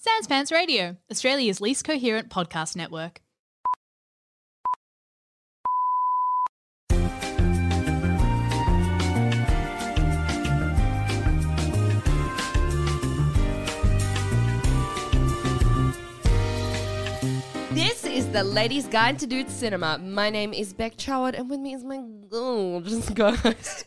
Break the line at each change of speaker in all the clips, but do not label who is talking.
Sanspants Radio, Australia's least coherent podcast network.
This is the Ladies Guide to Dude Cinema. My name is Beck Choward, and with me is my gorgeous ghost,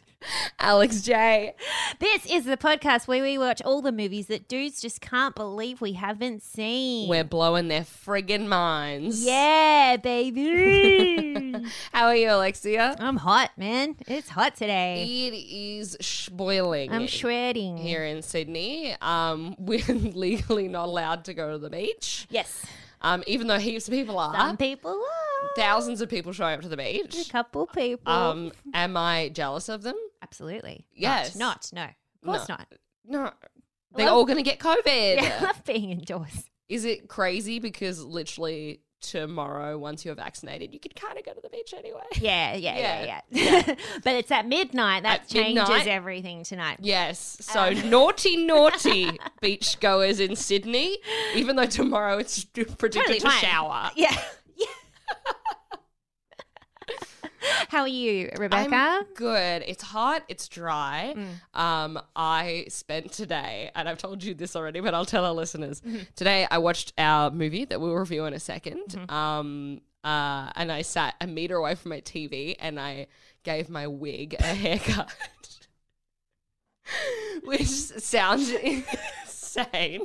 Alex J.
This is the podcast where we watch all the movies that dudes just can't believe we haven't seen.
We're blowing their friggin' minds.
yeah, baby.
How are you, Alexia?
I'm hot, man. It's hot today.
It is sh- boiling.
I'm shredding.
Here in Sydney, um, we're legally not allowed to go to the beach,
Yes.
um, even though heaps of people are.
Some people are.
Thousands of people showing up to the beach.
A couple people.
Um, am I jealous of them?
Absolutely.
yes.
Not, not, no. Of course
No.
not.
No. They're
Well-
all going to get COVID.
Yeah, I love being indoors.
is it crazy because literally tomorrow once you're vaccinated you could kind of go to the beach anyway
Yeah, yeah,
Yeah.
yeah, yeah. but it's at midnight. That
At
changes
midnight?
everything tonight.
yes so
Um.
naughty naughty beachgoers in sydney even though tomorrow it's predicted
Totally
to
fine.
shower
Yeah. Yeah. How are you, Rebecca?
I'm good. It's hot. It's dry. Um, I spent today, and I've told you this already, but I'll tell our listeners. Today, I watched our movie that we'll review in a 2nd Um, uh, and I sat a meter away from my TV, and I gave my wig a haircut, which sounds insane.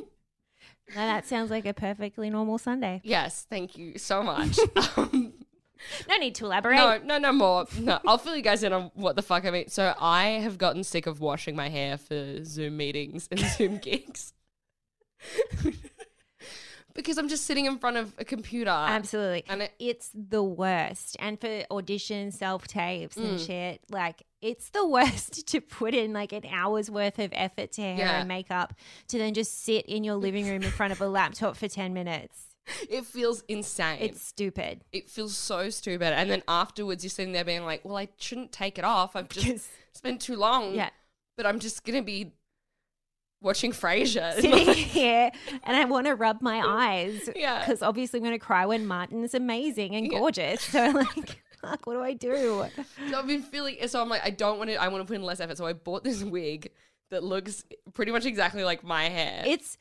No, that sounds like a perfectly normal Sunday.
Yes, thank you so much. um,
No need to elaborate.
No, no, no more. No, I'll fill you guys in on what the fuck I mean. So I have gotten sick of washing my hair for Zoom meetings and Zoom gigs because I'm just sitting in front of a computer.
Absolutely.
and it-
it's the worst. And for auditions, self tapes, and
Mm.
shit, like, it's the worst to put in like an hour's worth of effort to hair
Yeah.
and makeup to then just sit in your living room in front of a laptop for 10 minutes.
it feels insane.
It's stupid.
it feels so stupid. And then afterwards, you're sitting there being like, "Well, I shouldn't take it off. I've just
Because-
spent too long.
Yeah.
but I'm just gonna be watching Frasier.
Sitting here and I want to rub my eyes
Yeah.
because obviously I'm going to cry when Martin is amazing and
Yeah.
gorgeous. So, like, fuck, what do I do?
So I've been feeling so I'm like I don't want to I want to put in less effort. So I bought this wig that looks pretty much exactly like my hair.
It's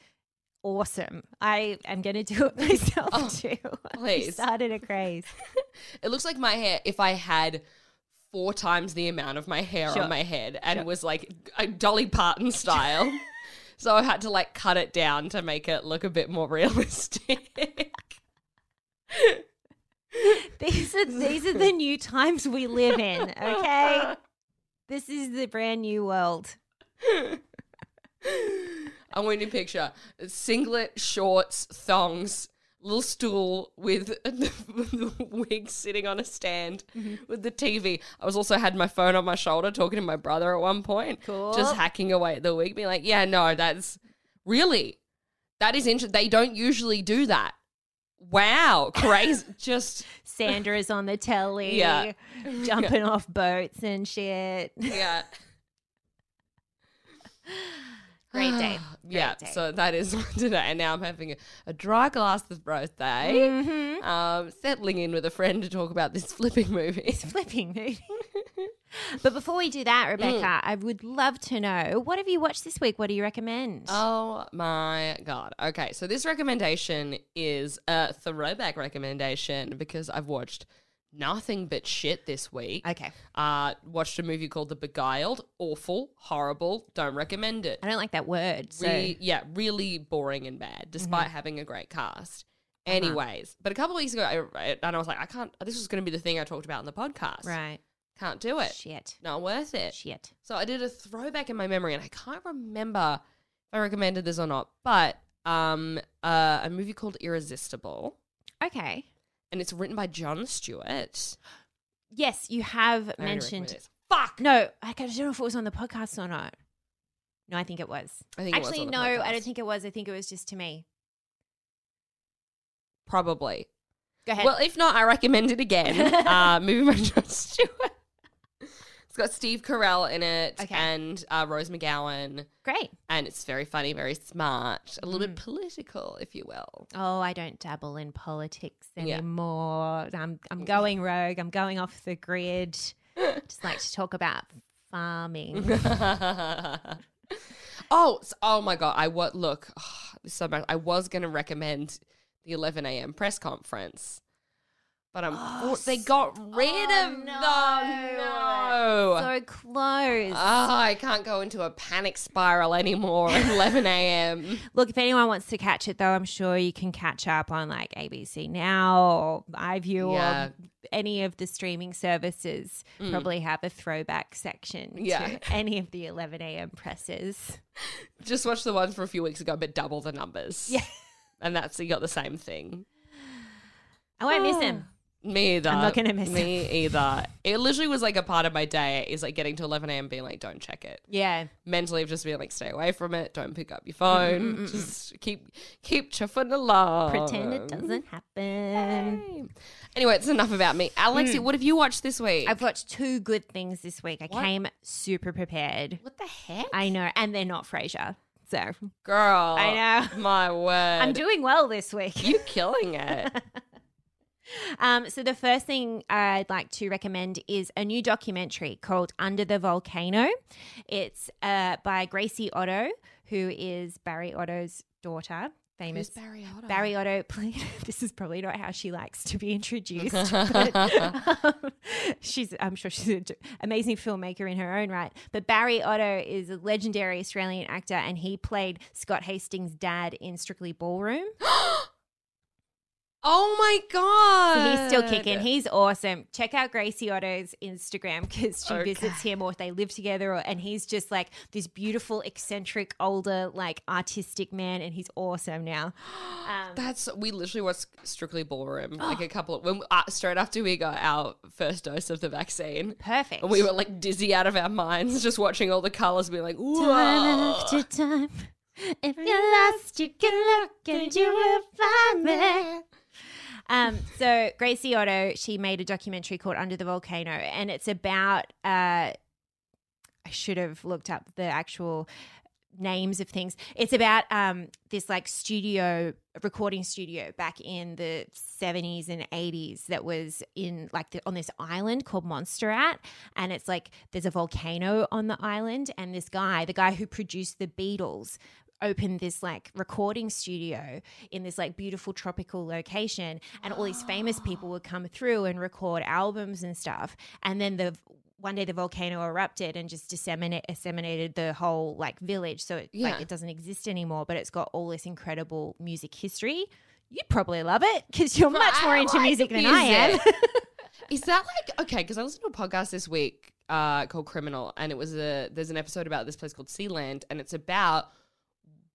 awesome. I am going to do it myself
Oh,
too. I
please.
started a craze.
it looks like my hair if I had four times the amount of my hair
Sure.
on my head and was like a Dolly Parton style. so I had to like cut it down to make it look a bit more realistic.
These are these are the new times we live in. Okay, this is the brand new world.
I want you to picture singlet, shorts, thongs, little stool with the wig sitting on a stand
Mm-hmm.
with the TV. I was also had my phone on my shoulder talking to my brother at one point,
Cool.
just hacking away at the wig, being like, "Yeah, no, that's really that is interesting. They don't usually do that. Wow, crazy! just
Sandra's on the telly,
Yeah.
jumping off boats and shit.
yeah."
Great day.
yeah,
day.
so that is today. And now I'm having a, a dry glass this birthday.
hmm
um, settling in with a friend to talk about this flipping movie.
Flipping mood. but before we do
Mm.
that, Rebecca, I would love to know what have you watched this week? What do you recommend?
Oh my god. Okay, so this recommendation is a throwback recommendation because I've watched nothing but shit this week.
okay,
Uh, watched a movie called The Beguiled. Awful, horrible, don't recommend it.
I don't like that word. So Mm-hmm.
Re- yeah, really boring and bad, despite having a great cast.
Uh-huh.
Anyways, but a couple weeks ago, I, I- and I was like, I can't, this was going to be the thing I talked about in the podcast.
right,
Can't do it.
shit,
Not worth it.
shit.
So I did a throwback in my memory, and I can't remember if I recommended this or not, but um, uh, a movie called Irresistible,
Okay,
and it's written by John Stewart.
yes, you have
I already
mentioned
recommended it. Fuck.
No, I don't know if it was on the podcast or not. No, I think it was.
I think it was
Actually,
on the
no, I don't
podcast.
think it was. I think it was just to me.
Probably.
Go ahead.
Well, if not, I recommend it again. uh, movie by John Stewart. It's got Steve Carell in it
Okay.
and uh, Rose McGowan,
Great.
and it's very funny, very smart, a little bit
Mm.
political, if you will.
Oh, I don't dabble in politics
Yeah. Mm.
anymore. I'm I'm going rogue. I'm going off the grid. Just like to talk about farming.
oh, s oh my god! I what look there's so much. I was going to recommend the 11 a.m. press conference, but I'm oh, they got rid
oh,
of
no.
them. No.
so close.
Oh, I can't go into a panic spiral anymore at 11 a.m.
Look, if anyone wants to catch it though, I'm sure you can catch up on like ABC Now or iView
Yeah. Mm.
or any of the streaming services probably have a throwback section
Yeah.
to any of the 11 a.m. presses.
Just watch the one from a few weeks ago, but double the numbers.
Yeah.
And that's, you got the same thing.
I won't
Ah.
miss him.
Me either.
I'm not gonna miss
Me either. It literally was like a part of my day is like getting to 11 a.m. being like, don't check it.
Yeah.
Mentally, I've just been like, stay away from it. Don't pick up your phone. Just keep, keep chuffing along.
Pretend
Oh.
it doesn't happen.
Anyway, it's enough about me. Alexi,
Hmm.
what have you watched this week?
I've watched two good things this week. I came super prepared.
what the heck?
I know, and they're not Frasier. So
Girl.
I know.
My word.
I'm doing well this week.
You killing it.
Um, so the first thing I'd like to recommend is a new documentary called Under the Volcano. It's uh, by Gracie Otto, who is Barry Otto's daughter. Famous
Barry Otto?
Barry Otto played. This is probably not how she likes to be introduced. But, um, she's, I'm sure she's an amazing filmmaker in her own right. But Barry Otto is a legendary Australian actor, and he played Scott Hastings' dad in Strictly Ballroom.
Oh my god.
So he's still kicking. He's awesome. Check out Gracie Otto's Instagram because she
Okay.
visits him or they live together. Or, and he's just like this beautiful, eccentric, older, like artistic man. And he's awesome now. Um,
That's we literally watched Strictly Ballroom like a couple of when uh, straight after we got our first dose of the vaccine.
perfect.
And we were like dizzy out of our minds just watching all the colors being like,
time
"Whoa."
after time. If you're lost, you can look and you will find me. Um, so Gracie Otto, she made a documentary called Under the Volcano, and it's about. Uh, I should have looked up the actual names of things. It's about um, this like studio recording studio back in the 70s and 80s that was in like the, on this island called Montserrat and it's like there's a volcano on the island and this guy, the guy who produced the Beatles opened this like recording studio in this like beautiful tropical location and all these famous people would come through and record albums and stuff and then the one day the volcano erupted and just disseminate, disseminated the whole like village so it,
Yeah.
like it doesn't exist anymore but it's got all this incredible music history you'd probably love it because you're much more
I
into
like
music than i am
music. Is that like okay? Because I listened to a podcast this week uh, called Criminal, and it was a there's an episode about this place called Sealand, and it's about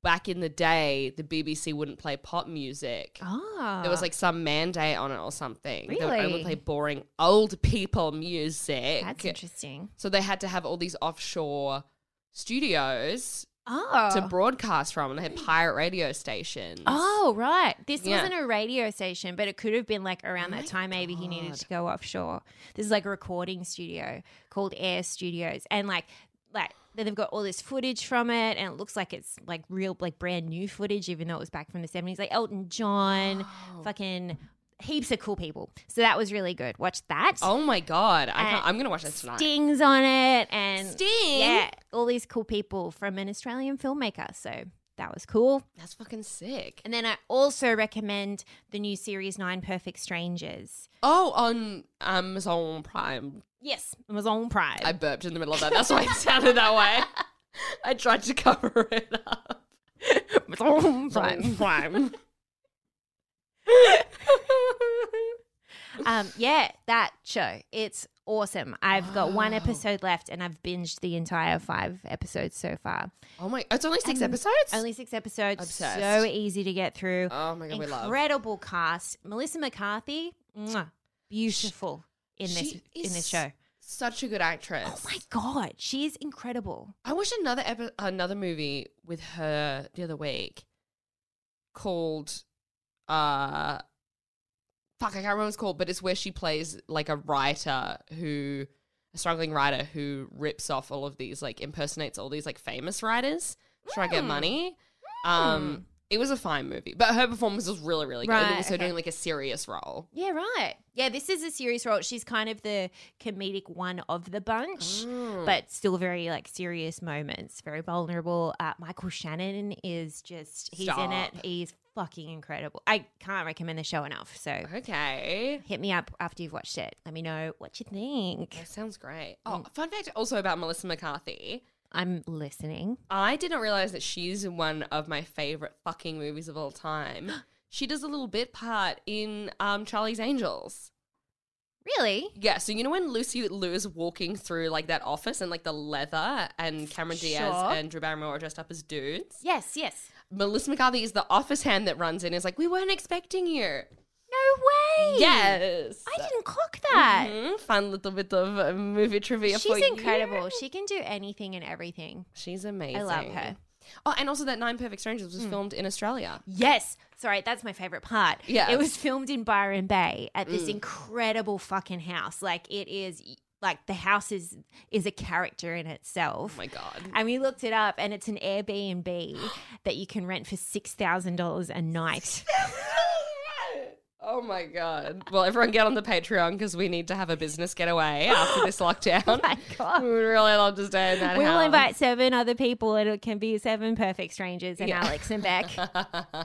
back in the day the BBC wouldn't play pop music.
oh
There was like some mandate on it or something. They would only
Really?
play boring old people music.
Oh, that's interesting
So they had to have all these offshore studios
oh
to broadcast from, and they had pirate radio stations.
Oh right, this
Yeah.
wasn't a radio station, but it could have been like around
My
that time. Maybe he needed
God.
to go offshore. This is like a recording studio called Air Studios, and like like then they've got all this footage from it, and it looks like it's like real, like brand new footage, even though it was back from the seventies. Like Elton John, fucking heaps of cool people. So that was really good. Watch that.
Oh my god! I can't,
Uh,
I'm gonna watch that tonight.
Stings on it, and
Sting?
yeah, all these cool people from an Australian filmmaker. So that was cool.
That's fucking sick.
And then I also recommend the new series Nine Perfect Strangers.
Oh, on Amazon Prime.
Yes, Amazon Prime.
I burped in the middle of that. That's why it sounded that way. I tried to cover it up.
Amazon
Prime.
um, yeah, that show. It's awesome. I've got one
Wow.
episode left and I've binged the entire five episodes so far.
oh my! It's only six
And
episodes.
Only six episodes.
Obsessed.
So easy to get through.
oh my god, we love.
Incredible cast. Melissa McCarthy, mwah, beautiful in this
she
in this
is-
show.
Such a good actress.
Oh my god, she's incredible.
I watched another epi- another movie with her the other week called uh fuck I can't remember what it's called, but it's where she plays like a writer who struggling writer who rips off all of these, like impersonates all these like famous writers to try to get money. Um, it was a fine movie, but her performance was really, really good. it
Right,
was her
okay.
doing like a serious role.
Yeah, right. Yeah, this is a serious role. She's kind of the comedic one of the bunch, but still very like serious moments, very vulnerable. Uh, Michael Shannon is just he's in it.
Stop.
He's fucking incredible. I can't recommend the show enough. So
Okay.
hit me up after you've watched it. Let me know what you think.
That sounds great. Oh, fun fact also about Melissa McCarthy.
I'm listening.
I did not realize that she's in one of my favorite fucking movies of all time. she does a little bit part in um, Charlie's Angels.
Really?
Yeah, so you know when Lucy Liu is walking through like that office and like the leather, and Cameron Diaz
Sure.
and Drew Barrymore are dressed up as dudes.
Yes. Yes.
Melissa McCarthy is the office hand that runs in. and Is like, we weren't expecting you.
No way.
Yes,
I didn't clock that.
Mhm, Fun little bit of uh, movie trivia. for
She's
you.
incredible. She can do anything and everything.
She's amazing.
I love her. Hmm. Oh
Oh, and also that Nine Perfect Strangers was filmed in Australia.
Yes. Sorry, that's my favorite part.
Yeah. Mm.
It was filmed in Byron Bay at this incredible fucking house. Like it is like the house is is a character in itself.
Oh my god.
and we looked it up and it's an Airbnb that you can rent for $6,000 a night.
Oh my god! Well, everyone get on the Patreon because we need to have a business getaway after this lockdown.
my God.
We would really love to stay in that
We will
house.
invite seven other people and it can be seven perfect strangers and Alex and Beck.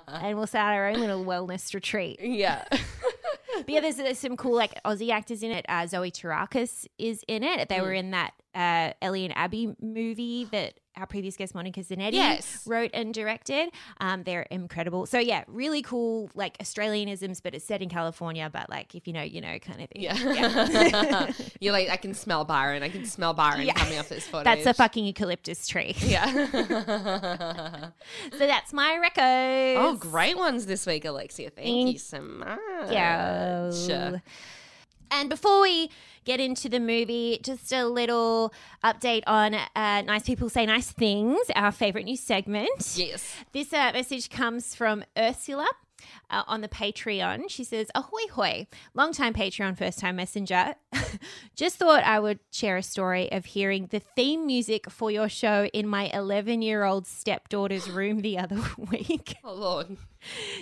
and we'll start our own little wellness retreat.
Yeah,
But yeah, there's, there's some cool like Aussie actors in it. Uh, Zoe Tarakis is in it. They
Mm.
were in that uh, Ellie and Abby movie that our previous guest Monica Zanetti
Yes.
wrote and directed. Um, they're incredible. So yeah, really cool like Australianisms, but it's set in California. But like if you know, you know, kind of thing.
yeah. You're like, I can smell Byron. I can smell Byron
Yeah.
coming off this photo.
That's a fucking eucalyptus tree.
yeah.
so that's my record.
oh, great ones this week, Alexia. Thank, you so much.
Yeah. And before we get into the movie, just a little update on uh, Nice People Say Nice Things, our favorite new segment.
Yes.
This uh, message comes from Ursula. Uh, on the Patreon, she says, Ahoy hoy, long-time Patreon, first time messenger. Just thought I would share a story of hearing the theme music for your show in my 11 year old stepdaughter's room the other week.
Oh Lord.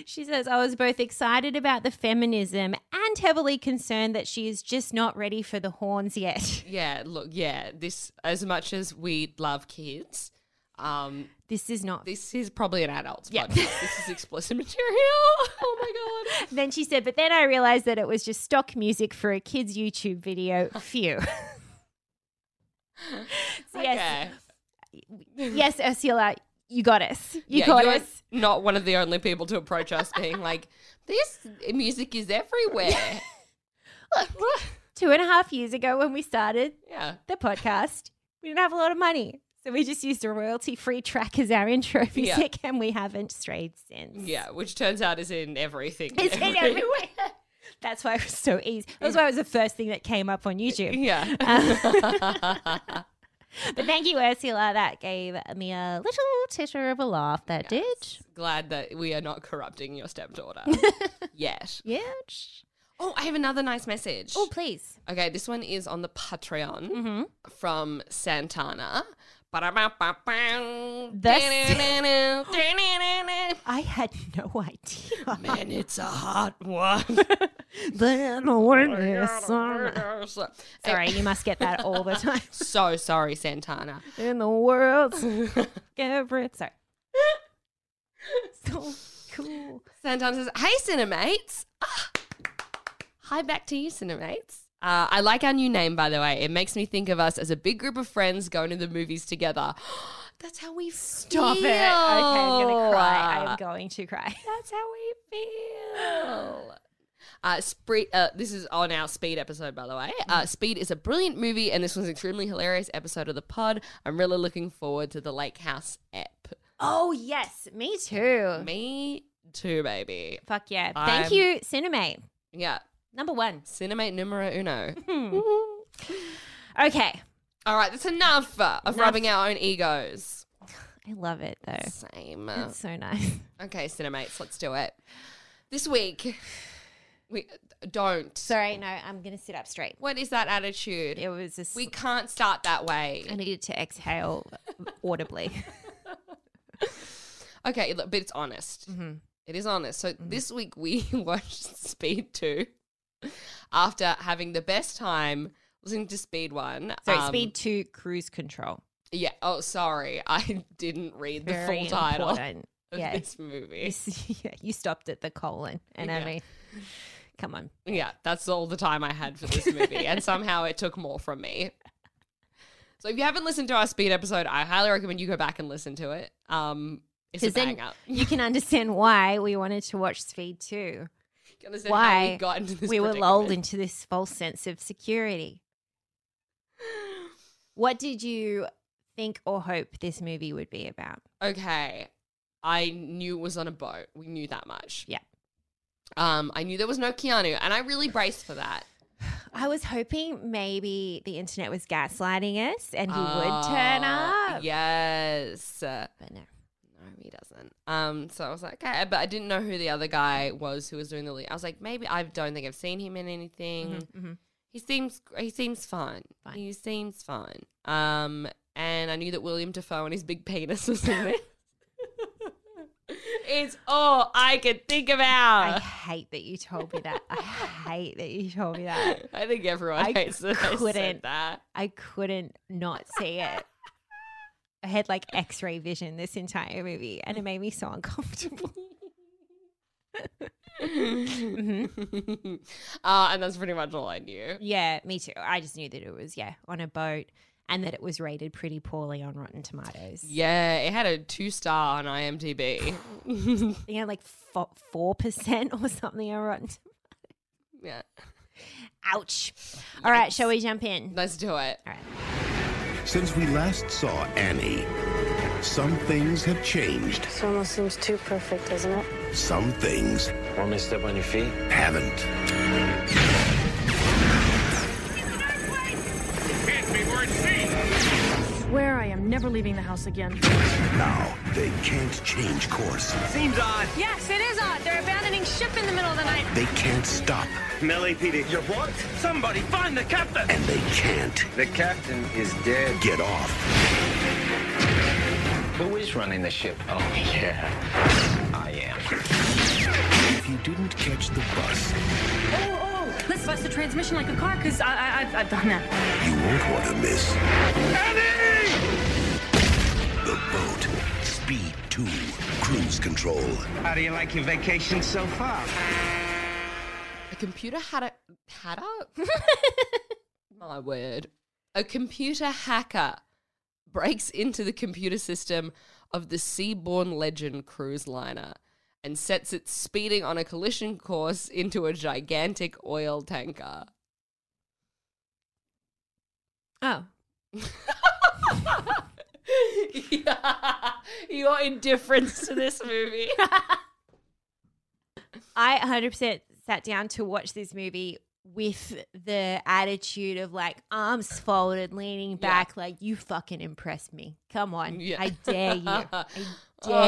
She says, I was both excited about the feminism and heavily concerned that she is just not ready for the horns yet.
Yeah. Look. Yeah. This, as much as we love kids, um,
This is not.
this is probably an adult's
Yeah.
podcast. this is explicit material. Oh my god.
Then she said, but then I realized that it was just stock music for a kid's YouTube video. Phew. So yes, yes, Ursula, you got us. You
Yeah,
got
you're
us.
Not one of the only people to approach us being like, this music is everywhere.
Two and a half years ago when we started
yeah.
the podcast, we didn't have a lot of money. So we just used a royalty free track as our intro
Yeah.
music and we haven't strayed since.
Yeah. Which turns out is in everything.
It's in everywhere. That's why it was so easy. That's why it was the first thing that came up on YouTube.
Yeah.
But thank you, Ursula. That gave me a little titter of a laugh. That did.
Glad that we are not corrupting your stepdaughter yet.
Yeah.
Oh, I have another nice message.
Oh, please.
Okay, this one is on the Patreon from Santana. Ba-da-ba-ba-bam.
I had no idea.
Man, it's a hot one. Oh
Sorry, you must get that all the time.
so sorry, Santana.
In the world. Everett. Sorry. So cool.
Santana says, "Hey, Cinemates. Ah. Hi, back to you, Cinemates. Uh, I like our new name, by the way. It makes me think of us as a big group of friends going to the movies together. That's how we
Stop it. Okay, I'm going to cry. I'm going to cry.
That's how we feel. Uh, Spre- uh, this is on our Speed episode, by the way. Uh, Speed is a brilliant movie, and this was an extremely hilarious episode of the pod. I'm really looking forward to the Lake House ep.
Oh, yes. Me
Mm-hmm.
too.
Me too, baby.
Fuck yeah.
I'm-
Thank you, Cinemate.
Yeah,
Number one.
Cinemate numero uno.
Okay.
All right, that's enough uh, of rubbing our own egos.
I love it though.
Same.
It's so nice.
Okay, Cinemates, let's do it. This week, We don't.
Sorry, no, I'm going to sit up straight.
what is that attitude?
It was just.
we can't start that
I
way.
needed to exhale audibly.
Okay, look, but it's honest.
Mm. Mm-hmm.
It is honest. So this week we watched Speed 2 after having the best time listening to Speed 1.
So
Um,
speed two, cruise control.
Yeah. Oh, sorry. I didn't read the
Very
full title
important.
of
Yeah.
this
You,
movie.
s- yeah, you stopped at the colon, and
Yeah.
I mean, come on.
Yeah, that's all the time I had for this movie. and somehow it took more from me. So if you haven't listened to our speed episode, I highly recommend you go back and listen to it. Um, it's a
'Cause then
bang up.
You can understand why we wanted to watch Speed 2.
You understand how we
why
got into this
we were lulled
predicament.
into this false sense of security. What did you think or hope this movie would be about?
okay, I knew it was on a boat. We knew that much.
Yeah.
Um, I knew there was no Keanu, and I really braced for that.
I was hoping maybe the internet was gaslighting us and he would turn
Ah,
up.
Yes. Uh,
But no.
no, he doesn't. Um, so I was like, okay, but I didn't know who the other guy was who was doing the lead. I was like, maybe I don't think I've seen him in anything.
Mhm.
He seems he seems fine.
Fine.
He seems fine. Um, and I knew that William Defoe and his big penis was in it. it's all I could think
I
about.
hate that you told me that. I hate that you told me that.
I, think everyone
I
hates that I said
couldn't.
that.
I couldn't not see it. I had like x ray vision this entire movie and it made me so uncomfortable. Mm-hmm.
uh, and that's pretty much all I knew.
yeah, me too. I just knew that it was, yeah, on a boat and that it was rated pretty poorly on Rotten Tomatoes. Yeah,
Yeah, it had a two star on IMDb.
you know, like fo- 4% or something on Rotten Tomatoes.
yeah,
Ouch. All right, shall we jump in?
let's do it.
All right.
Since we last saw Annie, some things have changed,
This almost seems too perfect, doesn't it?
some things
Want me to step on your feet?
haven't.
Swear I am never leaving the house again.
Now they can't change course.
Yes, it is odd. They're abandoning ship in the middle of the night.
They can't stop,
LAPD. You what? Somebody find the captain!
and they can't
The captain is dead.
get off.
Who is running the ship? Oh, yeah. I am.
If you didn't catch the bus,
Oh, let's bust the transmission like a car, because I, I, I've, I've done that.
you won't want to miss. Annie! The boat. Speed 2. Cruise control.
How do you like your vacation so far?
A computer had a had a my word. A computer hacker breaks into the computer system of the Seaborne Legend cruise liner and sets it speeding on a collision course into a gigantic oil tanker.
Oh,
yeah. Your indifference to this movie.
I 100% sat down to watch this movie with the attitude of like arms folded, leaning back, like you fucking impressed me. Come on,
Yeah.
I dare you. I
oh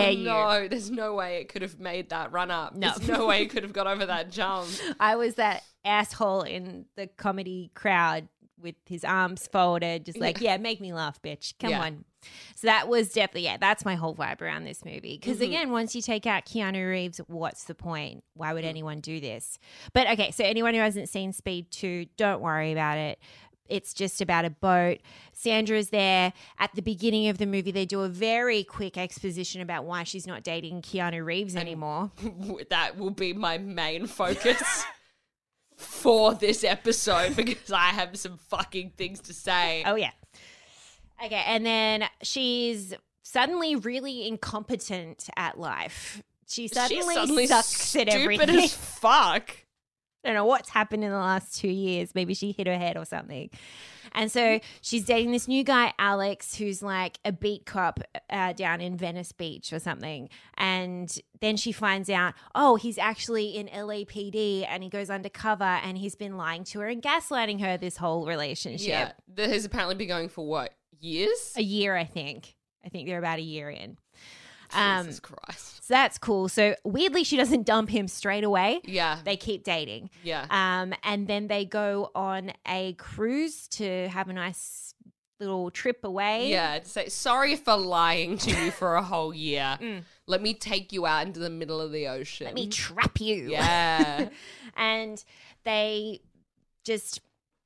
dare you.
no, there's no way it could have made that run up.
No.
There's no way it could have got over that jump.
I was that asshole in the comedy crowd with his arms folded, just like, yeah, make me laugh, bitch. Come
Yeah.
on. So that was definitely, yeah, that's my whole vibe around this movie. Because again, once you take out Keanu Reeves, what's the point? Why would anyone do this? But okay, so anyone who hasn't seen Speed 2, don't worry about it. It's just about a boat. Sandra's there. At the beginning of the movie, they do a very quick exposition about why she's not dating Keanu Reeves anymore.
that will be my main focus for this episode because I have some fucking things to say.
Oh yeah. Okay, and then she's suddenly really incompetent at life. She suddenly,
She's suddenly
sucks at
stupid
everything.
as fuck.
I don't know what's happened in the last two years. Maybe she hit her head or something. And so she's dating this new guy, Alex, who's like a beat cop uh, down in Venice Beach or something. And then she finds out, oh, he's actually in LAPD and he goes undercover and he's been lying to her and gaslighting her this whole relationship.
Yeah, that has apparently been going for what years?
a year, I think. I think they're about a year in. Um,
Jesus Christ.
so that's cool. So weirdly, she doesn't dump him straight away.
Yeah.
They keep dating.
Yeah.
Um, and then they go on a cruise to have a nice little trip away.
yeah, to say sorry for lying to you for a whole year. Let me take you out into the middle of the ocean.
Mm. Let me trap you.
yeah.
and they just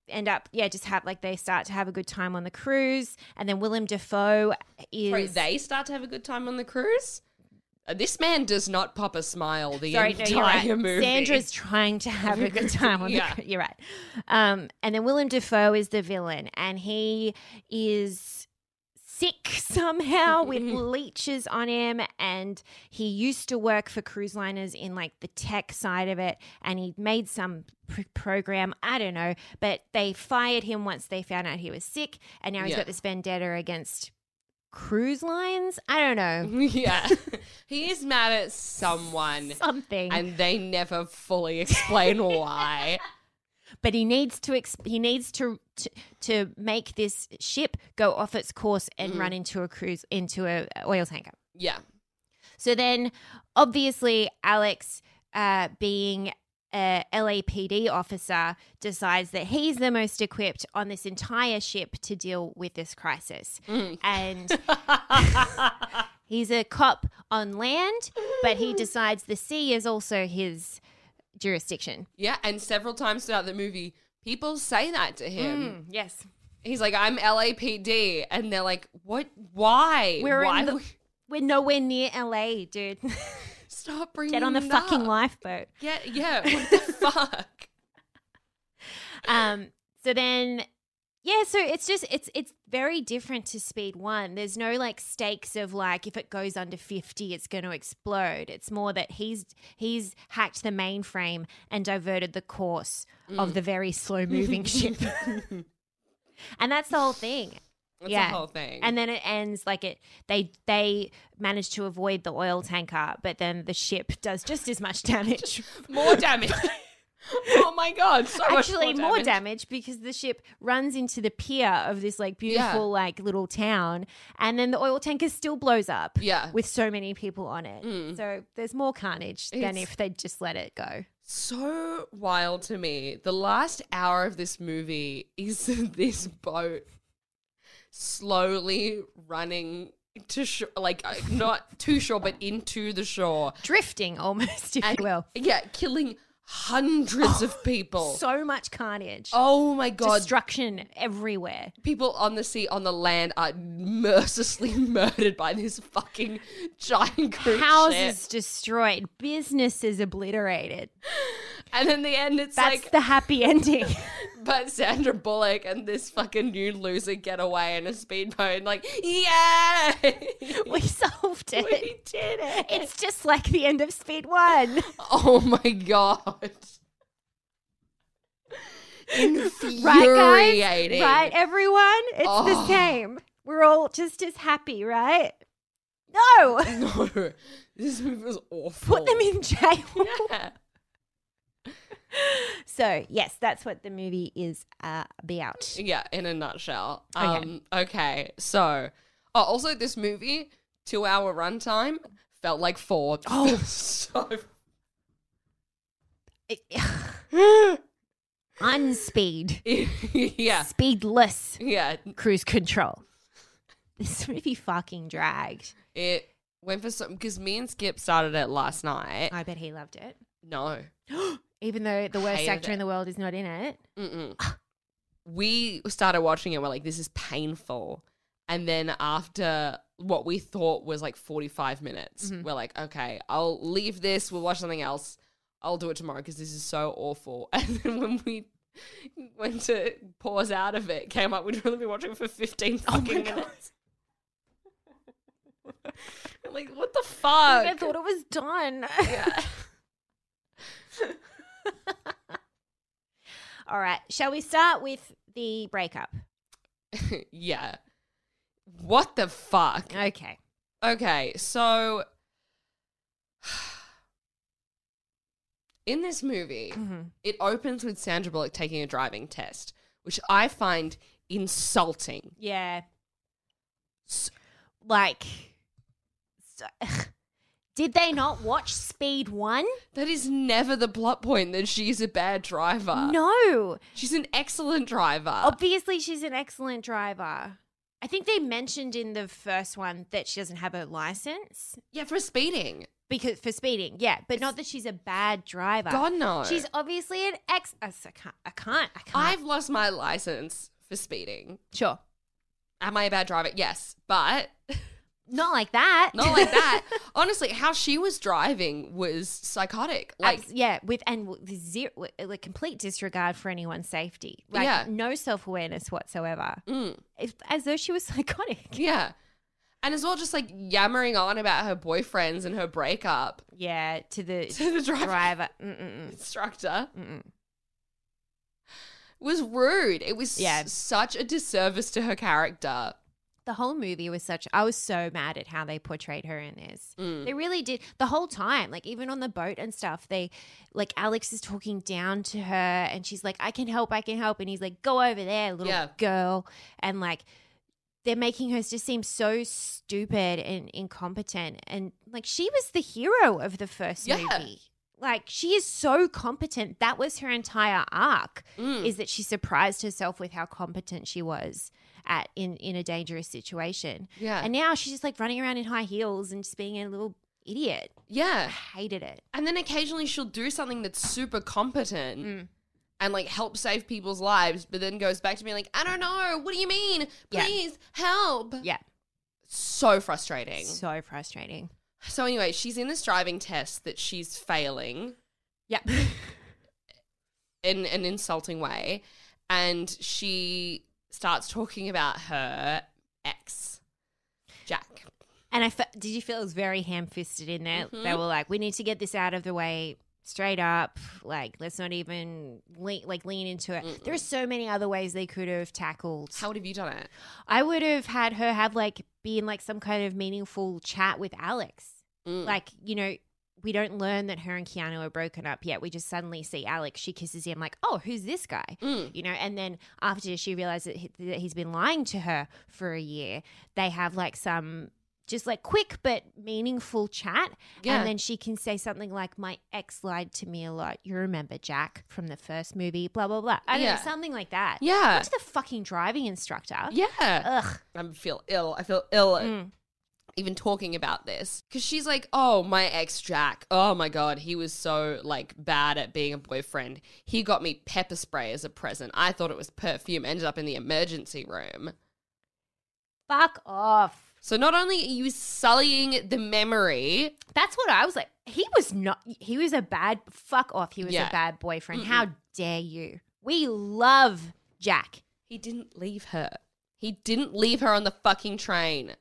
end up, yeah, just have like they start to have a good time on the cruise. And then Willem Dafoe is
Sorry, they start to have a good time on the cruise. Uh, This man does not pop a smile the
Sorry, no,
entire
you're right.
movie.
Sandra's trying to have a good time. On
Yeah.
the, you're right. Um, and then Willem Dafoe is the villain, and he is sick somehow
Mm-hmm.
with leeches on him. And he used to work for cruise liners in like the tech side of it, and he made some pr- program. I don't know, but they fired him once they found out he was sick, and now he's
Yeah.
got this vendetta against cruise lines. I don't
Mm-hmm.
know
yeah, he is mad at someone,
something.
and they never fully explain why.
but he needs to exp- he needs to, to to make this ship go off its course and run into a cruise into a a oil tanker.
Yeah,
So then, obviously, Alex, uh, being a LAPD officer, decides that he's the most equipped on this entire ship to deal with this crisis, and. He's a cop on land, but he decides the sea is also his jurisdiction.
yeah, and several times throughout the movie, people say that to him.
Yes.
He's like, "I'm LAPD," and they're like, "What? Why?
We're
why
in the,
would-
we're nowhere near LA, dude.
stop bringing
Get on the
it
fucking
up.
lifeboat.
Yeah, yeah. What the fuck?
Um, so then, yeah, so it's just it's it's very different to Speed One. There's no like stakes of like if it goes under fifty, it's going to explode. It's more that he's he's hacked the mainframe and diverted the course of
Mm.
the very slow moving ship. And that's the whole thing.
That's
Yeah.
the whole thing.
And then it ends like it they they manage to avoid the oil tanker, but then the ship does just as much damage.
more damage. oh my god! So much
Actually more,
more
damage. because the ship runs into the pier of this like beautiful like little town and then the oil tanker still blows up.
Yeah. Mm.
With so many people on it. So there's more carnage than
It's-
if they just let it go.
so wild to me. The last hour of this movie is this boat slowly running to shore, like uh, not to shore, but into the shore.
Drifting almost, if you will.
Yeah, killing hundreds of people.
So much carnage.
oh my god!
Destruction everywhere.
people on the sea, on the land, are mercilessly murdered by this fucking giant cruise
Houses
ship.
destroyed, businesses obliterated.
And in the end, it's
That's
like
the happy ending.
But Sandra Bullock and this fucking new loser get away in a speedboat, and like, yeah,
we solved it.
we did it.
It's just like the end of Speed One.
Oh my god,
Right,
infuriating.
guys? Right, everyone? It's
Oh.
the same. We're all just as happy, right? No!
No, this movie was awful.
Put them in jail.
Yeah.
So, yes, that's what the movie is uh, about.
Yeah, in a nutshell. Um, okay. so oh, also this movie two hour runtime felt like four. Oh, so
Unspeed,
yeah,
speedless
yeah.
cruise control. This movie fucking dragged.
It went for some because me and Skip started it last night.
I bet he loved it.
No.
Even though the worst
Hated
actor
it.
in the world is not in it.
Mm-mm. we started watching it. We're like, this is painful. And then after what we thought was like 45 minutes, we're like, okay, I'll leave this. We'll watch something else. I'll do it tomorrow because this is so awful. And then when we went to pause out of it, came up, we'd really been watching it for 15 fucking minutes. I'm like, what the fuck?
I thought it was done. All right. Shall we start with the breakup?
yeah. What the fuck?
Okay.
Okay, so in this movie,
Mm-hmm.
it opens with Sandra Bullock taking a driving test, which I find insulting.
Yeah.
S-
Like so, ugh. did they not watch Speed One?
That is never the plot point that she's a bad driver.
no. Oh.
She's an excellent driver.
Obviously, she's an excellent driver. I think they mentioned in the first one that she doesn't have her license
yeah, for speeding.
because for speeding. Yeah, but not that she's a bad driver.
God, no.
She's obviously an ex. I s- I can't. I can't. I can't.
I've lost my license for speeding.
sure.
Am I a bad driver? Yes, but
Not like that.
not like that. Honestly, how she was driving was psychotic. Like,
Abs- yeah, with and with zero, with, like complete disregard for anyone's safety. Like
Yeah. Mm.
no self awareness whatsoever. It's as though she was psychotic.
yeah. And as well, just like yammering on about her boyfriends and her breakup
Yeah, to the,
to the driver,
driver. Mm, Mm-mm-mm.
instructor was rude. It was
Yeah.
s- such a disservice to her character.
The whole movie was such. I was so mad at how they portrayed her in this.
Mm.
They really did the whole time. Like even on the boat and stuff. They like Alex is talking down to her, and she's like, "I can help. I can help," and he's like, "Go over there, little
Yeah.
girl," and like. they're making her just seem so stupid and incompetent. And like she was the hero of the first
Yeah.
movie. Like she is so competent. That was her entire arc is that she surprised herself with how competent she was at in in a dangerous situation.
Yeah.
And now she's just like running around in high heels and just being a little idiot.
Yeah.
Hated it.
And then occasionally she'll do something that's super competent
Mm.
and like help save people's lives, but then goes back to me like, I don't know. What do you mean?
Yeah.
Please help.
Yeah.
So frustrating. So-,
So frustrating.
anyway, she's in this driving test that she's failing
Yeah.
in an insulting way. And she starts talking about her ex, Jack.
And I fe- did you feel it was very ham fisted in there? They were like, we need to get this out of the way straight up. Like, let's not even le- like lean into it. There are so many other ways they could have tackled.
How would have you done it?
I would have had her have like be in like some kind of meaningful chat with Alex.
Mm.
Like, you know, we don't learn that her and Keanu are broken up yet. We just suddenly see Alex. She kisses him, like, oh, who's this guy?
Mm.
You know, and then after she realizes that, he, that he's been lying to her for a year, they have like some just like quick but meaningful chat.
Yeah.
And then she can say something like, my ex lied to me a lot. You remember Jack from the first movie, blah, blah, blah. I don't
Yeah.
know, something like that.
Yeah.
Not to the fucking driving instructor.
Yeah.
Ugh.
I feel ill. I feel ill at even talking about this because she's like, "Oh, my ex Jack. Oh my god, he was so like bad at being a boyfriend. He got me pepper spray as a present. I thought it was perfume. Ended up in the emergency room.
Fuck off.
So not only are you sullying the memory,
That's what I was like. He was not, he was a bad, fuck off. He was
Yeah.
a bad boyfriend. How dare you? We love Jack.
he didn't leave her. He didn't leave her on the fucking train.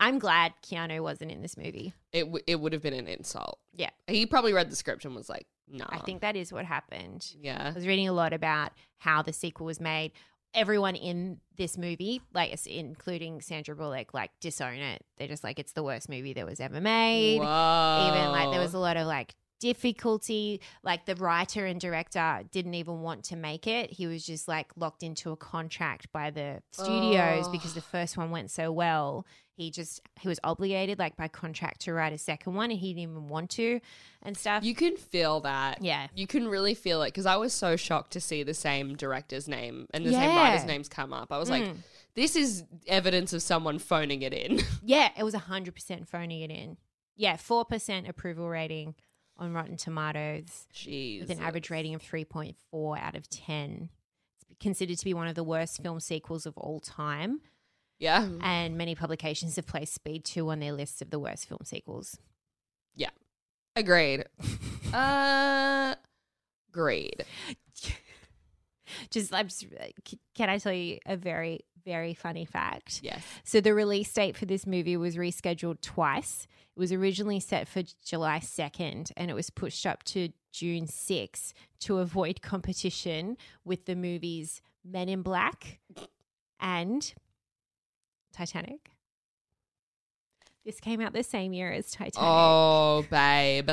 I'm glad Keanu wasn't in this movie.
It w- it would have been an insult.
Yeah.
He probably read the script and was like, "Nah."
I think that is what happened. I
yeah.
was reading a lot about how the sequel was made. Everyone in this movie, like it's- including Sandra Bullock, like disown it. They're just like, it's the worst movie that was ever made. even like
Oh.
there was a lot of like difficulty like the writer and director didn't even want to make it he was just like locked into a contract by the studios
Oh.
because the first one went so well he just he was obligated like by contract to write a second one and he didn't even want to and stuff
You can feel that.
Yeah.
You can really feel it because I was so shocked to see the same director's name and the same
Yeah. Mm.
writer's names come up. I was like, this is evidence of someone phoning it in.
yeah it was 100% phoning it in yeah 4% approval rating on rotten tomatoes
Jeez.
with an average rating of 3.4 out of 10 it's considered to be one of the worst film sequels of all time
Yeah.
and many publications have placed Speed 2 on their list of the worst film sequels.
Yeah. Agreed. uh, agreed.
Just, I'm just, uh, c- can I tell you a very, very funny fact?
Yes.
So, the release date for this movie was rescheduled twice. It was originally set for July 2nd and it was pushed up to June 6th to avoid competition with the movies Men in Black and Titanic. This came out the same year as Titanic.
Oh, babe.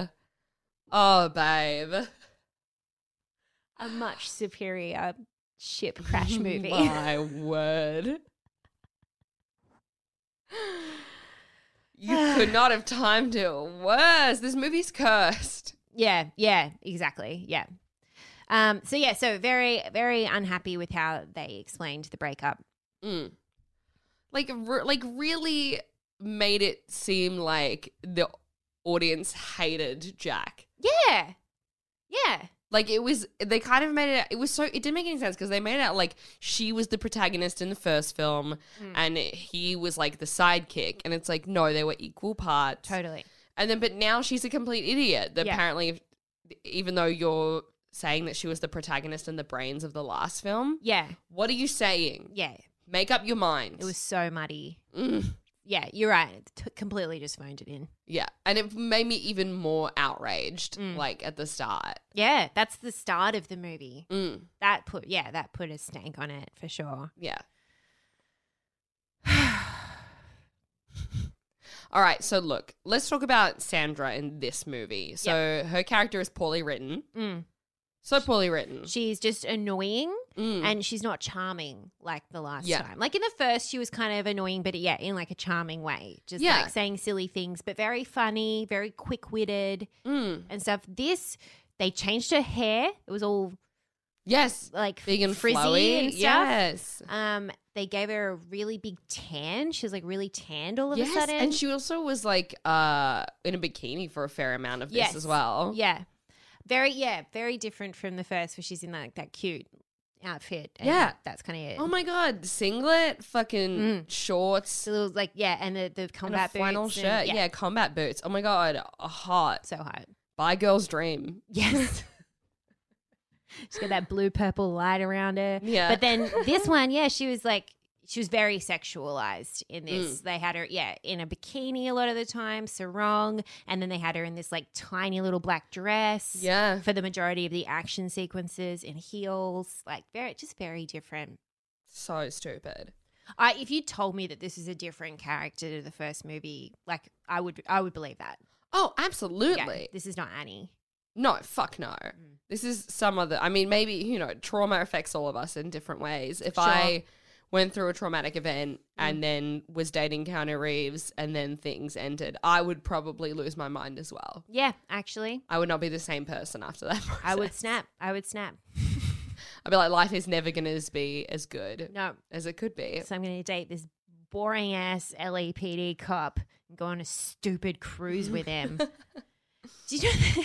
Oh, babe.
a much superior ship crash movie.
My word. You could not have timed it worse. This movie's cursed.
Yeah, yeah, exactly. Yeah. Um, so yeah, so very, very unhappy with how they explained the breakup.
Mm. Like, re- like really made it seem like the audience hated Jack.
Yeah. Yeah.
Like it was, they kind of made it. It was so. It didn't make any sense because they made it out like she was the protagonist in the first film,
Mm.
and he was like the sidekick. And it's like no, they were equal parts.
Totally.
And then, but now she's a complete idiot. That
Yeah.
Apparently, even though you're saying that she was the protagonist and the brains of the last film,
Yeah.
what are you saying?
Yeah.
Make up your mind.
It was so muddy.
Mm.
Yeah, you're right. T- completely just phoned it in.
yeah, and it made me even more outraged.
Mm.
Like at the start,
Yeah, that's the start of the movie.
mm.
That put yeah, that put a stank on it for sure.
yeah. All right, so look, let's talk about Sandra in this movie. So her character is poorly written.
Mm.
So poorly written.
She's just annoying
Mm.
and she's not charming like the last
Yeah.
time. Like in the first she was kind of annoying but yeah, in like a charming way. Just
Yeah.
like saying silly things but very funny, very quick-witted
Mm.
and stuff. This they changed her hair. It was all
Yes.
like
Big and
frizzy
flowy.
and stuff.
Yes.
Um, they gave her a really big tan. She was like really tanned all of a
Yes.
sudden.
And she also was like uh in a bikini for a fair amount of this
Yes.
as well.
yeah, very yeah, very different from the first, where she's in like that cute outfit. and
Yeah.
that's kind of it.
Oh my god. Singlet, fucking shorts,
So it was like yeah, and the the
and a
Mm. combat
flannel
boots
shirt.
and-
yeah. combat boots. Oh my god. A hot.
so hot.
By girl's dream.
Yes. She's got that blue purple light around her.
Yeah.
But then this one, yeah, she was like, she was very sexualized in
Mm.
this. They had her, yeah, in a bikini a lot of the time, sarong, and then they had her in this like tiny little black dress.
Yeah.
For the majority of the action sequences in heels, like very, just very different.
So stupid.
I, if you told me that this is a different character to the first movie, like I would, I would believe that.
Oh,
Yeah, Mm.
absolutely.
this is not Annie.
No, fuck no. This is some other. I mean, maybe you know, trauma affects all of us in different ways. If I went through a traumatic event
Mm.
and then was dating Keanu Reeves and then things ended, I would probably lose my mind as well.
Yeah, actually,
I would not be the same person after that. Process.
I would snap. I would snap.
I'd be like, life is never gonna be as good
No.
as it could be.
So I'm going to date this boring ass LAPD cop and go on a stupid cruise with him. did you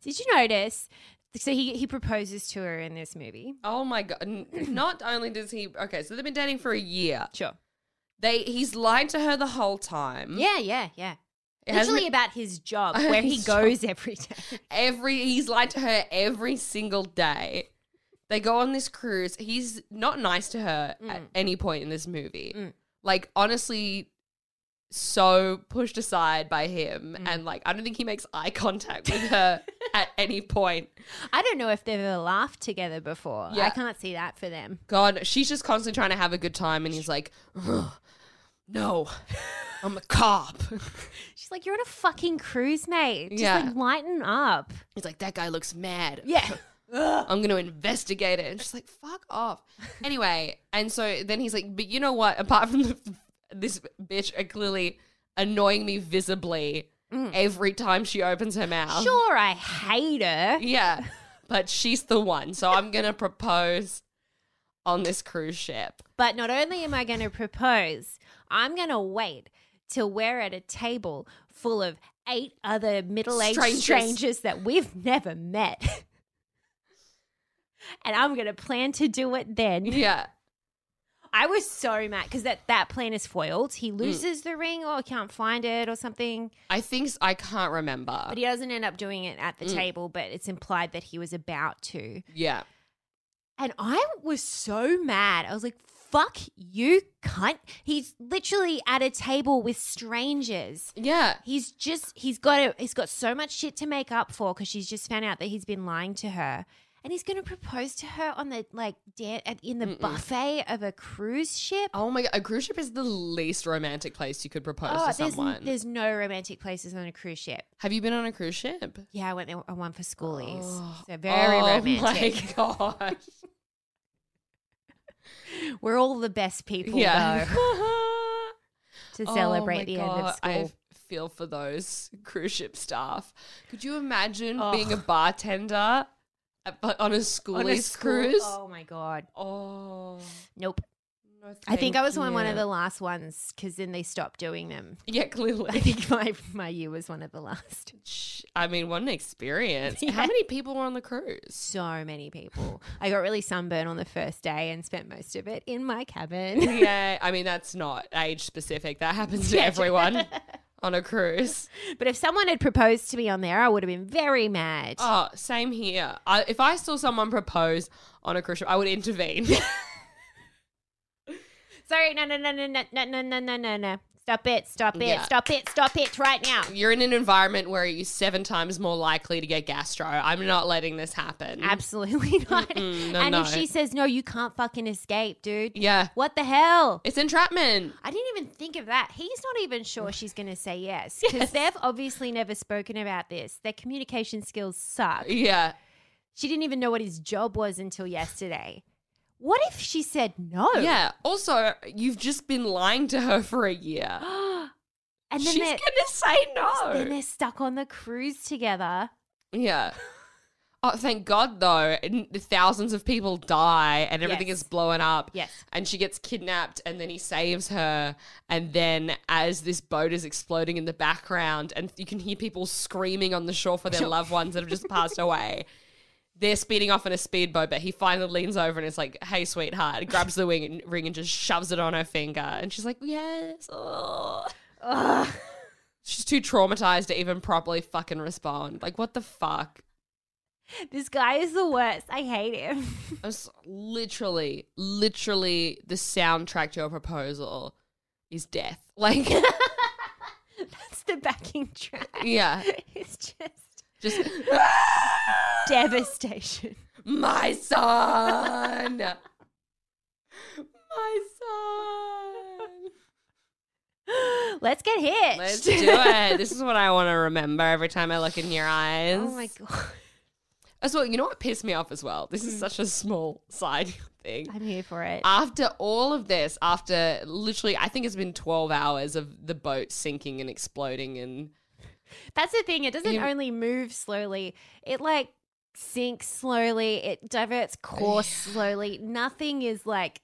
Did you notice? So he he proposes to her in this movie.
Oh my god! N- Not only does he okay, so they've been dating for a year.
Sure.
They he's lied to her the whole time.
Yeah, yeah, yeah.
Mm. It hasn't
Literally
been-
about his job, where he
His job.
goes every day.
every he's lied to her every single day. They go on this cruise. He's not nice to her at any point in this movie. Like honestly so pushed aside by him and like I don't think he makes eye contact with her at any point.
I don't know if they've ever laughed together before. I
Yeah.
can't see that for them.
God, she's just constantly trying to have a good time and he's like "Ugh, no. I'm a cop.
She's like, "You're on a fucking cruise, mate. Just
Yeah.
like lighten up."
He's like that guy looks mad.
Yeah.
I'm going to investigate it. And she's like, fuck off. Anyway, and so then he's like, but you know what? Apart from the, this bitch are clearly annoying me visibly every time she opens her mouth.
Mm. Sure, I hate her.
Yeah. But she's the one. So I'm going to propose on this cruise ship.
But not only am I going to propose, I'm going to wait till we're at a table full of eight other middle aged
Strangers.
strangers. that we've never met. and I'm going to plan to do it then.
Yeah.
I was so mad because that, that plan is foiled. He loses the ring or can't find it or something.
I think s- I can't remember.
But he doesn't end up doing it at the table, but it's implied that he was about to.
Yeah.
And I was so mad. I was like, fuck you, cunt. He's literally at a table with strangers.
Yeah.
He's just he's got a, he's got so much shit to make up for because she's just found out that he's been lying to her, and he's going to propose to her on the like dan- at- in the buffet of a cruise ship.
Oh my god, a cruise ship is the least romantic place you could propose to
Oh, there's,
someone.
there's no romantic places on a cruise ship.
Have you been on a cruise ship?
Yeah, I went there on one for schoolies. so very romantic.
Oh my god.
We're all the best people though.
Yeah.
to
Oh
celebrate
my
the end of
God,
school.
I feel for those cruise ship staff. Could you imagine being a bartender at, but on a
Oh. On a
schoolies
school-
cruise?
Oh my god.
Oh,
Nope.
no,
I think I was
thank
on one of
you.
the last ones because then they stopped doing them.
Yeah,
I
clearly.
think my my year was one of the last.
Sh- I mean, what an experience. How many people were on the cruise?
So many people. I got really sunburned on the first day and spent most of it in my cabin.
yeah, I mean, that's not age specific. That happens to everyone on a cruise.
but if someone had proposed to me on there, I would have been very mad.
Oh, same here. I, if I saw someone propose on a cruise ship, I would intervene.
Sorry, no, no, no, no, no, no, no, no, no, no, no. Stop it, stop it,
Yeah.
stop it, stop it right now.
You're in an environment where you're seven times more likely to get gastro. I'm not letting this happen.
Absolutely not.
Mm-mm, no,
and
no.
if she says no, you can't fucking escape, dude.
Yeah.
What the hell?
It's entrapment.
I didn't even think of that. He's not even sure she's going to say yes because they've obviously never spoken about this. Their communication skills suck.
Yeah.
She didn't even know what his job was until yesterday. What if she said no?
Yeah. Also, you've just been lying to her for a year.
And then
She's
they're,
going to say
then
no.
they're stuck on the cruise together.
Yeah. Oh, thank God, though. And the thousands of people die and everything
Yes.
is blowing up.
Yes.
And she gets kidnapped and then he saves her. And then, as this boat is exploding in the background, and you can hear people screaming on the shore for their loved ones that have just passed away. They're speeding off in a speedboat, but he finally leans over and is like, "Hey, sweetheart!" Grabs the wing ring and just shoves it on her finger, and she's like, "Yes." Oh. She's too traumatized to even properly fucking respond. Like, what the fuck?
This guy is the worst. I hate him.
I was literally, literally the soundtrack to your proposal is death. Like,
That's the backing track.
yeah,
It's just
just
devastation.
my son, my son.
Let's get hitched.
Let's do it. This is what I want to remember every time I look in your eyes.
Oh my god.
As well, you know what pissed me off as well. This is such a small side thing.
I'm here for it.
after all of this, after literally, I think it's been 12 hours of the boat sinking and exploding and
That's the thing. It doesn't
You-
only move slowly. It like sinks slowly. It diverts course slowly. Nothing is like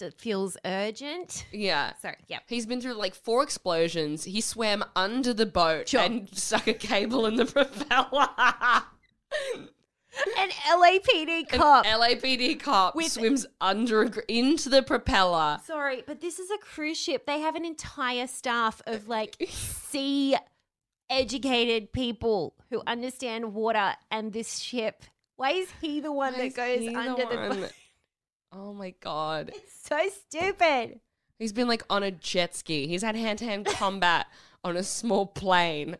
that feels urgent.
yeah.
Sorry. Yep.
He's been through like four explosions. He swam under the boat
Sure.
and stuck a cable in the propeller.
An LAPD
An
cop.
LAPD cop
With-
swims under a gr- into the propeller.
Sorry, but this is a cruise ship. They have an entire staff of like sea educated people who understand water and this ship. Why is he the one that
Why is
goes
he the
under the,
one- Oh my god.
It's so stupid.
He's been like on a jet ski. He's had hand to hand combat on a small plane.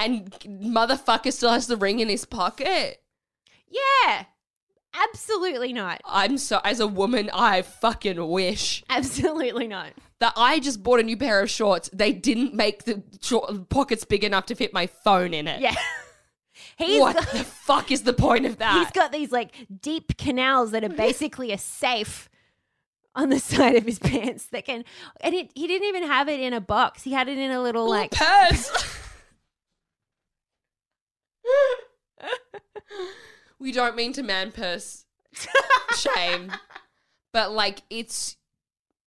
And motherfucker still has the ring in his pocket.
Yeah. Absolutely not.
I'm so, as a woman, I fucking wish
Absolutely not.
that I just bought a new pair of shorts. They didn't make the short, pockets big enough to fit my phone in it.
Yeah. He's
What
got,
the fuck is the point of that?
he's got these like deep canals that are basically a safe on the side of his pants that can and it, he didn't even have it in a box. He had it in a little like
purse. we don't mean to man purse shame, but like it's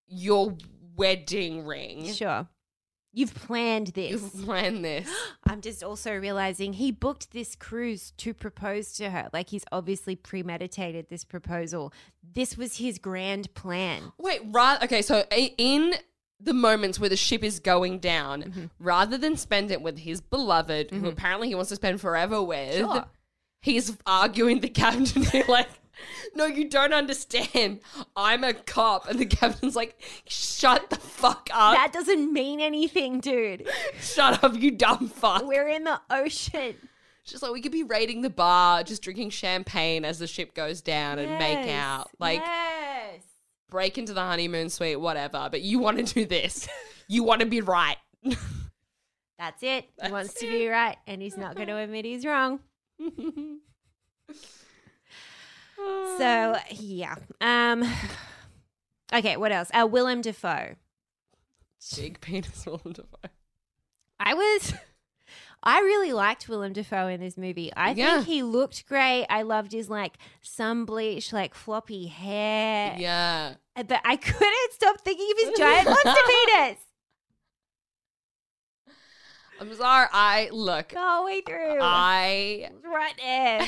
your wedding ring.
Sure. You've planned this.
You've planned this.
I'm just also realizing he booked this cruise to propose to her. Like he's obviously premeditated this proposal. This was his grand plan.
Wait, rather okay. So i- in the moments where the ship is going down,
Mm-hmm.
rather than spend it with his beloved, who apparently he wants to spend forever with,
Sure.
he's arguing the captain be like. No, you don't understand. I'm a cop. And the captain's like, shut the fuck up.
That doesn't mean anything, dude.
shut up, you dumb fuck.
We're in the ocean.
She's like, we could be raiding the bar, just drinking champagne as the ship goes down and make
Yes,
out. Like,
yes.
break into the honeymoon suite, whatever. But you want to do this. you want to be right.
That's it. He wants to be right, and he's not going to admit he's wrong. so yeah. Um. Okay. What else? Uh, Willem Dafoe.
Big penis Willem Dafoe.
I was. I really liked Willem Dafoe in this movie. I
Yeah.
think he looked great. I loved his like sun bleach, like floppy hair.
Yeah.
Uh, But I couldn't stop thinking of his giant monster penis
I'm sorry. I look.
the whole way through.
I
right there.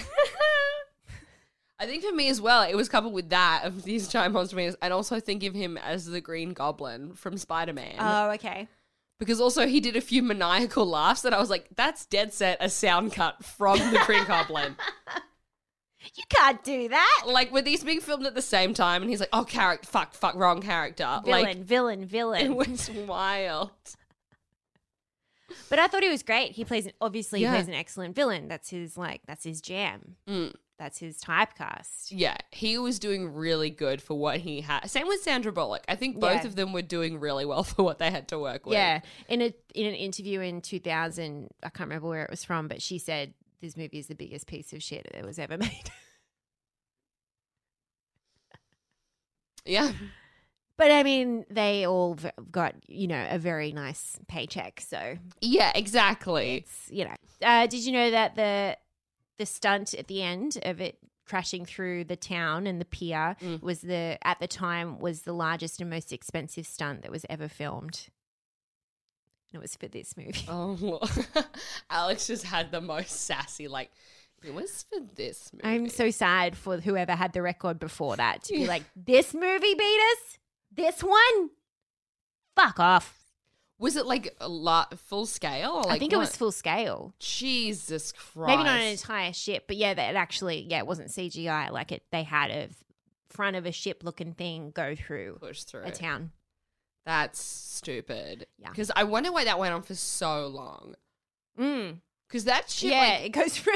I think for me as well, it was coupled with that of these giant monster penis, and also think of him as the Green Goblin from Spider Man.
oh, okay.
because also he did a few maniacal laughs that I was like, that's dead set a sound cut from the Green Goblin.
You can't do that.
Like, were these being filmed at the same time? And he's like, oh, character, fuck, fuck, wrong character.
Villain,
Like,
villain,
it
villain.
was wild.
But I thought he was great. He plays an, obviously
Yeah.
he plays an excellent villain. That's his like that's his jam.
Mm.
That's his typecast.
Yeah, he was doing really good for what he had. Same with Sandra Bullock. I think both
Yeah.
of them were doing really well for what they had to work with.
Yeah. In a in an interview in 2000, I can't remember where it was from, but she said this movie is the biggest piece of shit that was ever made.
Yeah.
but I mean, they all v- got, you know, a very nice paycheck, so
Yeah, exactly.
it's, you know. Uh, did you know that the the stunt at the end of it crashing through the town and the pier
Mm.
was the at the time was the largest and most expensive stunt that was ever filmed. And it was for this movie.
Oh, look. Alex just had the most sassy, like, it was for this movie.
I'm so sad for whoever had the record before that to be
Yeah.
like, this movie beat us. This one, fuck off.
Was it like a lot, full scale? Or like
I think it
what?
was full scale.
Jesus Christ.
Maybe not an entire ship, but yeah, that actually, yeah, it wasn't CGI. Like it, they had a front of a ship looking thing go through
Push through.
a town.
That's stupid.
Yeah.
Because I wonder why that went on for so long.
Mm.
Because that shit
yeah,
like,
it goes for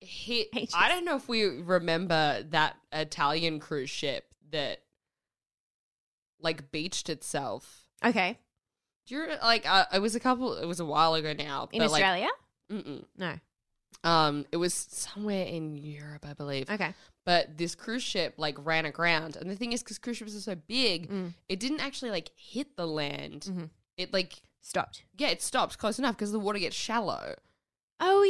hit.
Ages.
I don't know if we remember that Italian cruise ship that like beached itself.
Okay,
Do you re- like? Uh, it was a couple. It was a while ago now.
in
but,
Australia?
Like, mm-mm.
no.
um, it was somewhere in Europe, I believe.
Okay.
but this cruise ship like ran aground and the thing is because cruise ships are so big
Mm.
it didn't actually like hit the land
Mhm.
it like
Stopped.
yeah it stops close enough because the water gets shallow
Oh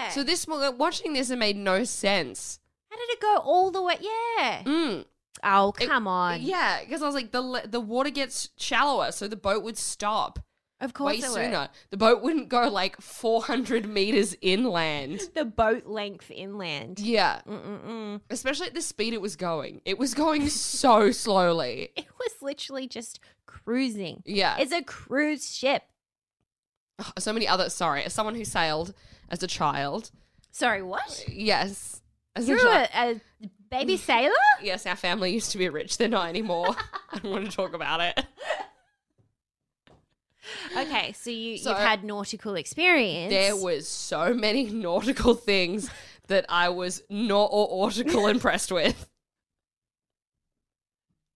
yeah.
so this wa- watching this it made no sense
how did it go all the way? Yeah.
mm.
Oh
It-
come on.
yeah because i was like the le- the water gets shallower so the boat would stop
Of course
way
it would.
sooner the boat wouldn't go like 400 meters inland
The boat length inland.
yeah
Mm-mm-mm.
especially at the speed it was going it was going so slowly
It was literally just cruising.
yeah
It's a cruise ship.
so many other sorry as someone who sailed as a child
Sorry, what?
yes as a
You're
child
a, a baby sailor?
yes our family used to be rich they're not anymore i don't want to talk about it
Okay, so you
So-
you've had nautical experience. Oh,
there was so many nautical things that i was not or nautical impressed with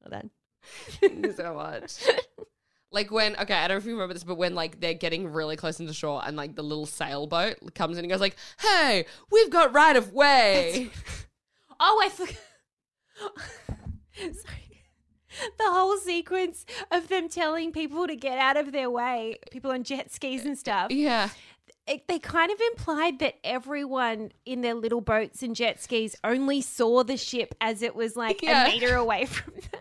Well done.
so much like when okay i don't know if you remember this but when like they're getting really close into shore and like the little sailboat comes in and goes like hey we've got right of way
Oh, I forgot. Sorry. The whole sequence of them telling people to get out of their way, people on jet skis and stuff,
yeah
it, they kind of implied that everyone in their little boats and jet skis only saw the ship as it was like
Yeah.
a meter away from them.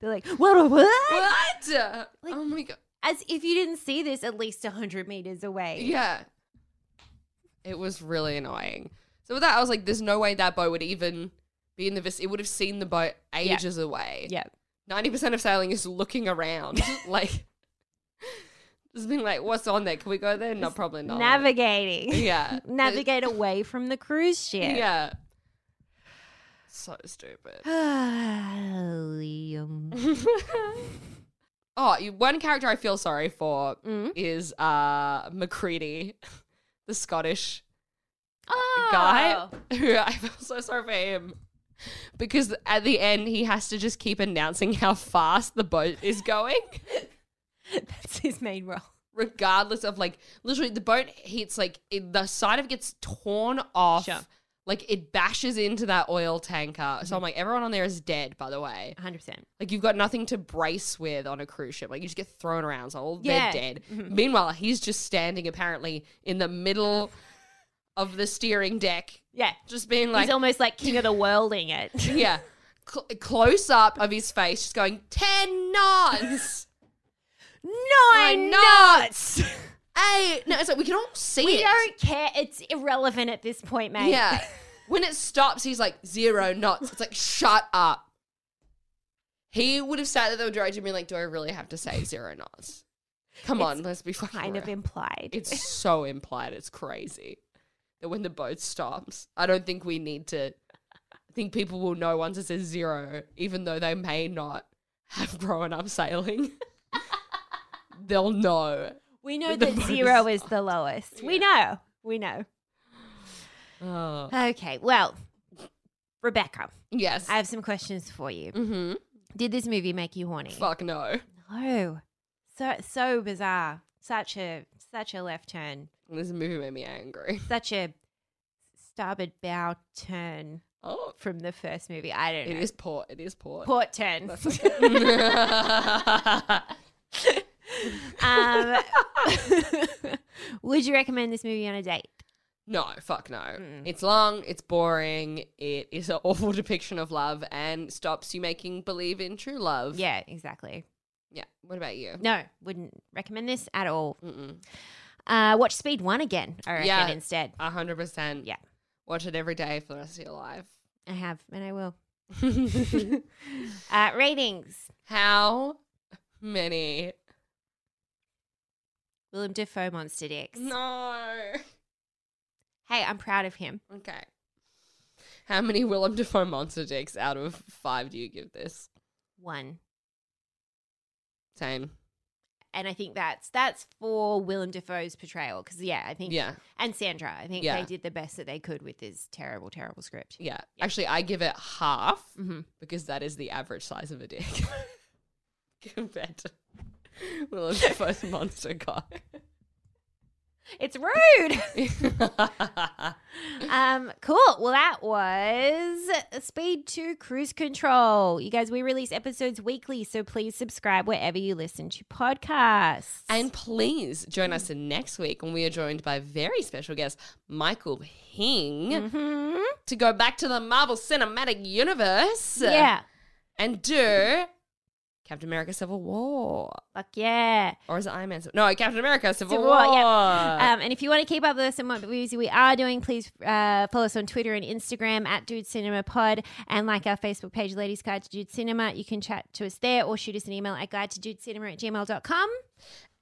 They're like, what? what?
what oh my god
As if you didn't see this at least 100 meters away.
Yeah. It was really annoying. So with that, I was like, there's no way that boat would even be in the vicinity. It would have seen the boat ages away.
Yeah.
90% of sailing is looking around. like, just being like, what's on there? Can we go there? No, probably
Oh.
not.
Navigating.
Yeah.
Navigate away from the cruise ship.
Yeah. So stupid.
Liam.
Oh, you- one character I feel sorry for
Mm.
is uh Macready, the Scottish
Oh.
guy who I feel so sorry for him because at the end he has to just keep announcing how fast the boat is going
That's his main role.
regardless of like literally the boat hits like it, the side of it gets torn off
Sure. Mm-hmm.
Like it bashes into that oil tanker. So I'm like, everyone on there is dead, by the way.
100%.
Like you've got nothing to brace with on a cruise ship. Like you just get thrown around. So all
Yeah. Mm-hmm.
they're dead. Meanwhile, he's just standing apparently in the middle of the steering deck,
Yeah.
just being like,
He's almost like king of the worlding it.
yeah, cl- close up of his face, just going ten knots,
Nine knots.
eight. No, it's like we can all see
We
it.
don't care. It's irrelevant at this point, mate.
Yeah. When it stops, he's like zero knots. It's like shut up. He would have sat there the director and been like, "Do I really have to say zero knots? Come on, let's be fucking."
Kind of
real."
implied.
It's so implied. It's crazy that when the boat stops, I don't think we need to. I think people will know once it says zero, even though they may not have grown up sailing. They'll know.
we know
the
that
bonus
zero is the lowest. We know. We know.
Oh.
Okay. Well, Rebecca,
Yes.
I have some questions for you.
mm-hmm.
Did this movie make you horny?
Fuck no.
No. Oh, So so bizarre. Such a such a left turn.
This movie made me angry.
Such a starboard bow turn
Oh,
from the first movie. I don't
It
know.
is port. It is port.
Port turn. um, would you recommend this movie on a date?
no, fuck no. It's long. It's boring. It is an awful depiction of love and stops you making believe in true love.
Yeah, exactly.
Yeah. What about you?
No, wouldn't recommend this at all.
Mm-mm.
Uh, watch Speed One again. I reckon
Yeah.
instead.
A hundred percent.
Yeah.
Watch it every day for the rest of your life.
I have and I will. uh, ratings.
How many?
Willem Dafoe Monster Dicks.
No.
Hey, I'm proud of him.
Okay. How many Willem Dafoe monster dicks out of five do you give this?
One.
Same.
And I think that's that's for Willem Dafoe's portrayal. Because yeah, I think
Yeah.
and Sandra, I think
Yeah.
they did the best that they could with this terrible, terrible script.
Yeah. Mm-hmm. Actually, I give it half
Mhm.
because that is the average size of a dick compared to Willem Dafoe's monster guy.
It's rude. um, cool. Well, that was Speed 2 Cruise Control. You guys, we release episodes weekly, so please subscribe wherever you listen to podcasts.
and please join us next week when we are joined by very special guest Michael Hing to go back to the Marvel Cinematic Universe
yeah.
and do Captain America Civil War.
Fuck yeah.
Or is it Iron Man? Civil- No, Captain America Civil,
Civil
War.
War, yep. Um, and if you want to keep up with us and what movies we are doing, please uh, follow us on Twitter and Instagram at Dude Cinema Pod and like our Facebook page, Ladies Guide to Dude Cinema. You can chat to us there or shoot us an email at guide to dude cinema at gmail.com.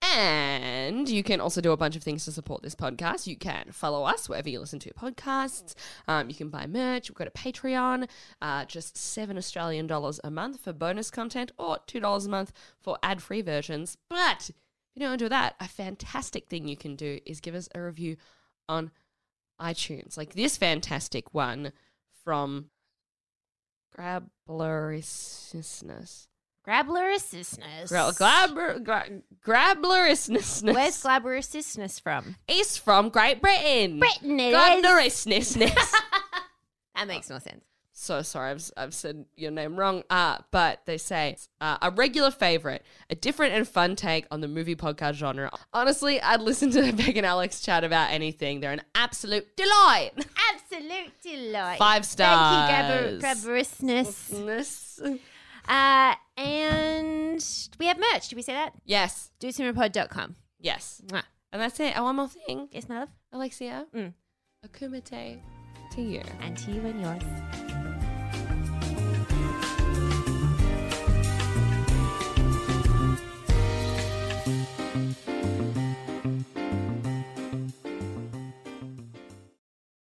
And you can also do a bunch of things to support this podcast. You can follow us wherever you listen to your podcasts. Um, you can buy merch. We've got a Patreon, uh, just seven Australian dollars a month for bonus content, or two dollars a month for ad free versions. But if you don't want to do that, a fantastic thing you can do is give us a review on iTunes, like this fantastic one from Grableriousness.
Grablericiousness.
Gra- Glabber, gra- grablerousness.
Where's Glablericiousness from?
It's from Great Britain.
Britain it is.
Grablerousness.
That makes no sense.
so sorry, I've, s- I've said your name wrong. Uh, but they say uh, a regular favorite, a different and fun take on the movie podcast genre. Honestly, I'd listen to Beck and Alex chat about anything. They're an absolute delight.
Absolute delight.
Five
Thank you,
stars.
Grablericiousness.
Ness.
Uh, and we have merch. Did we say that?
yes,
DoCinemaPod.com.
yes,
Mwah.
and that's it. And one more thing,
Yes, my love.
Alexia.
Mm.
Akumite to you.
And to you and yours.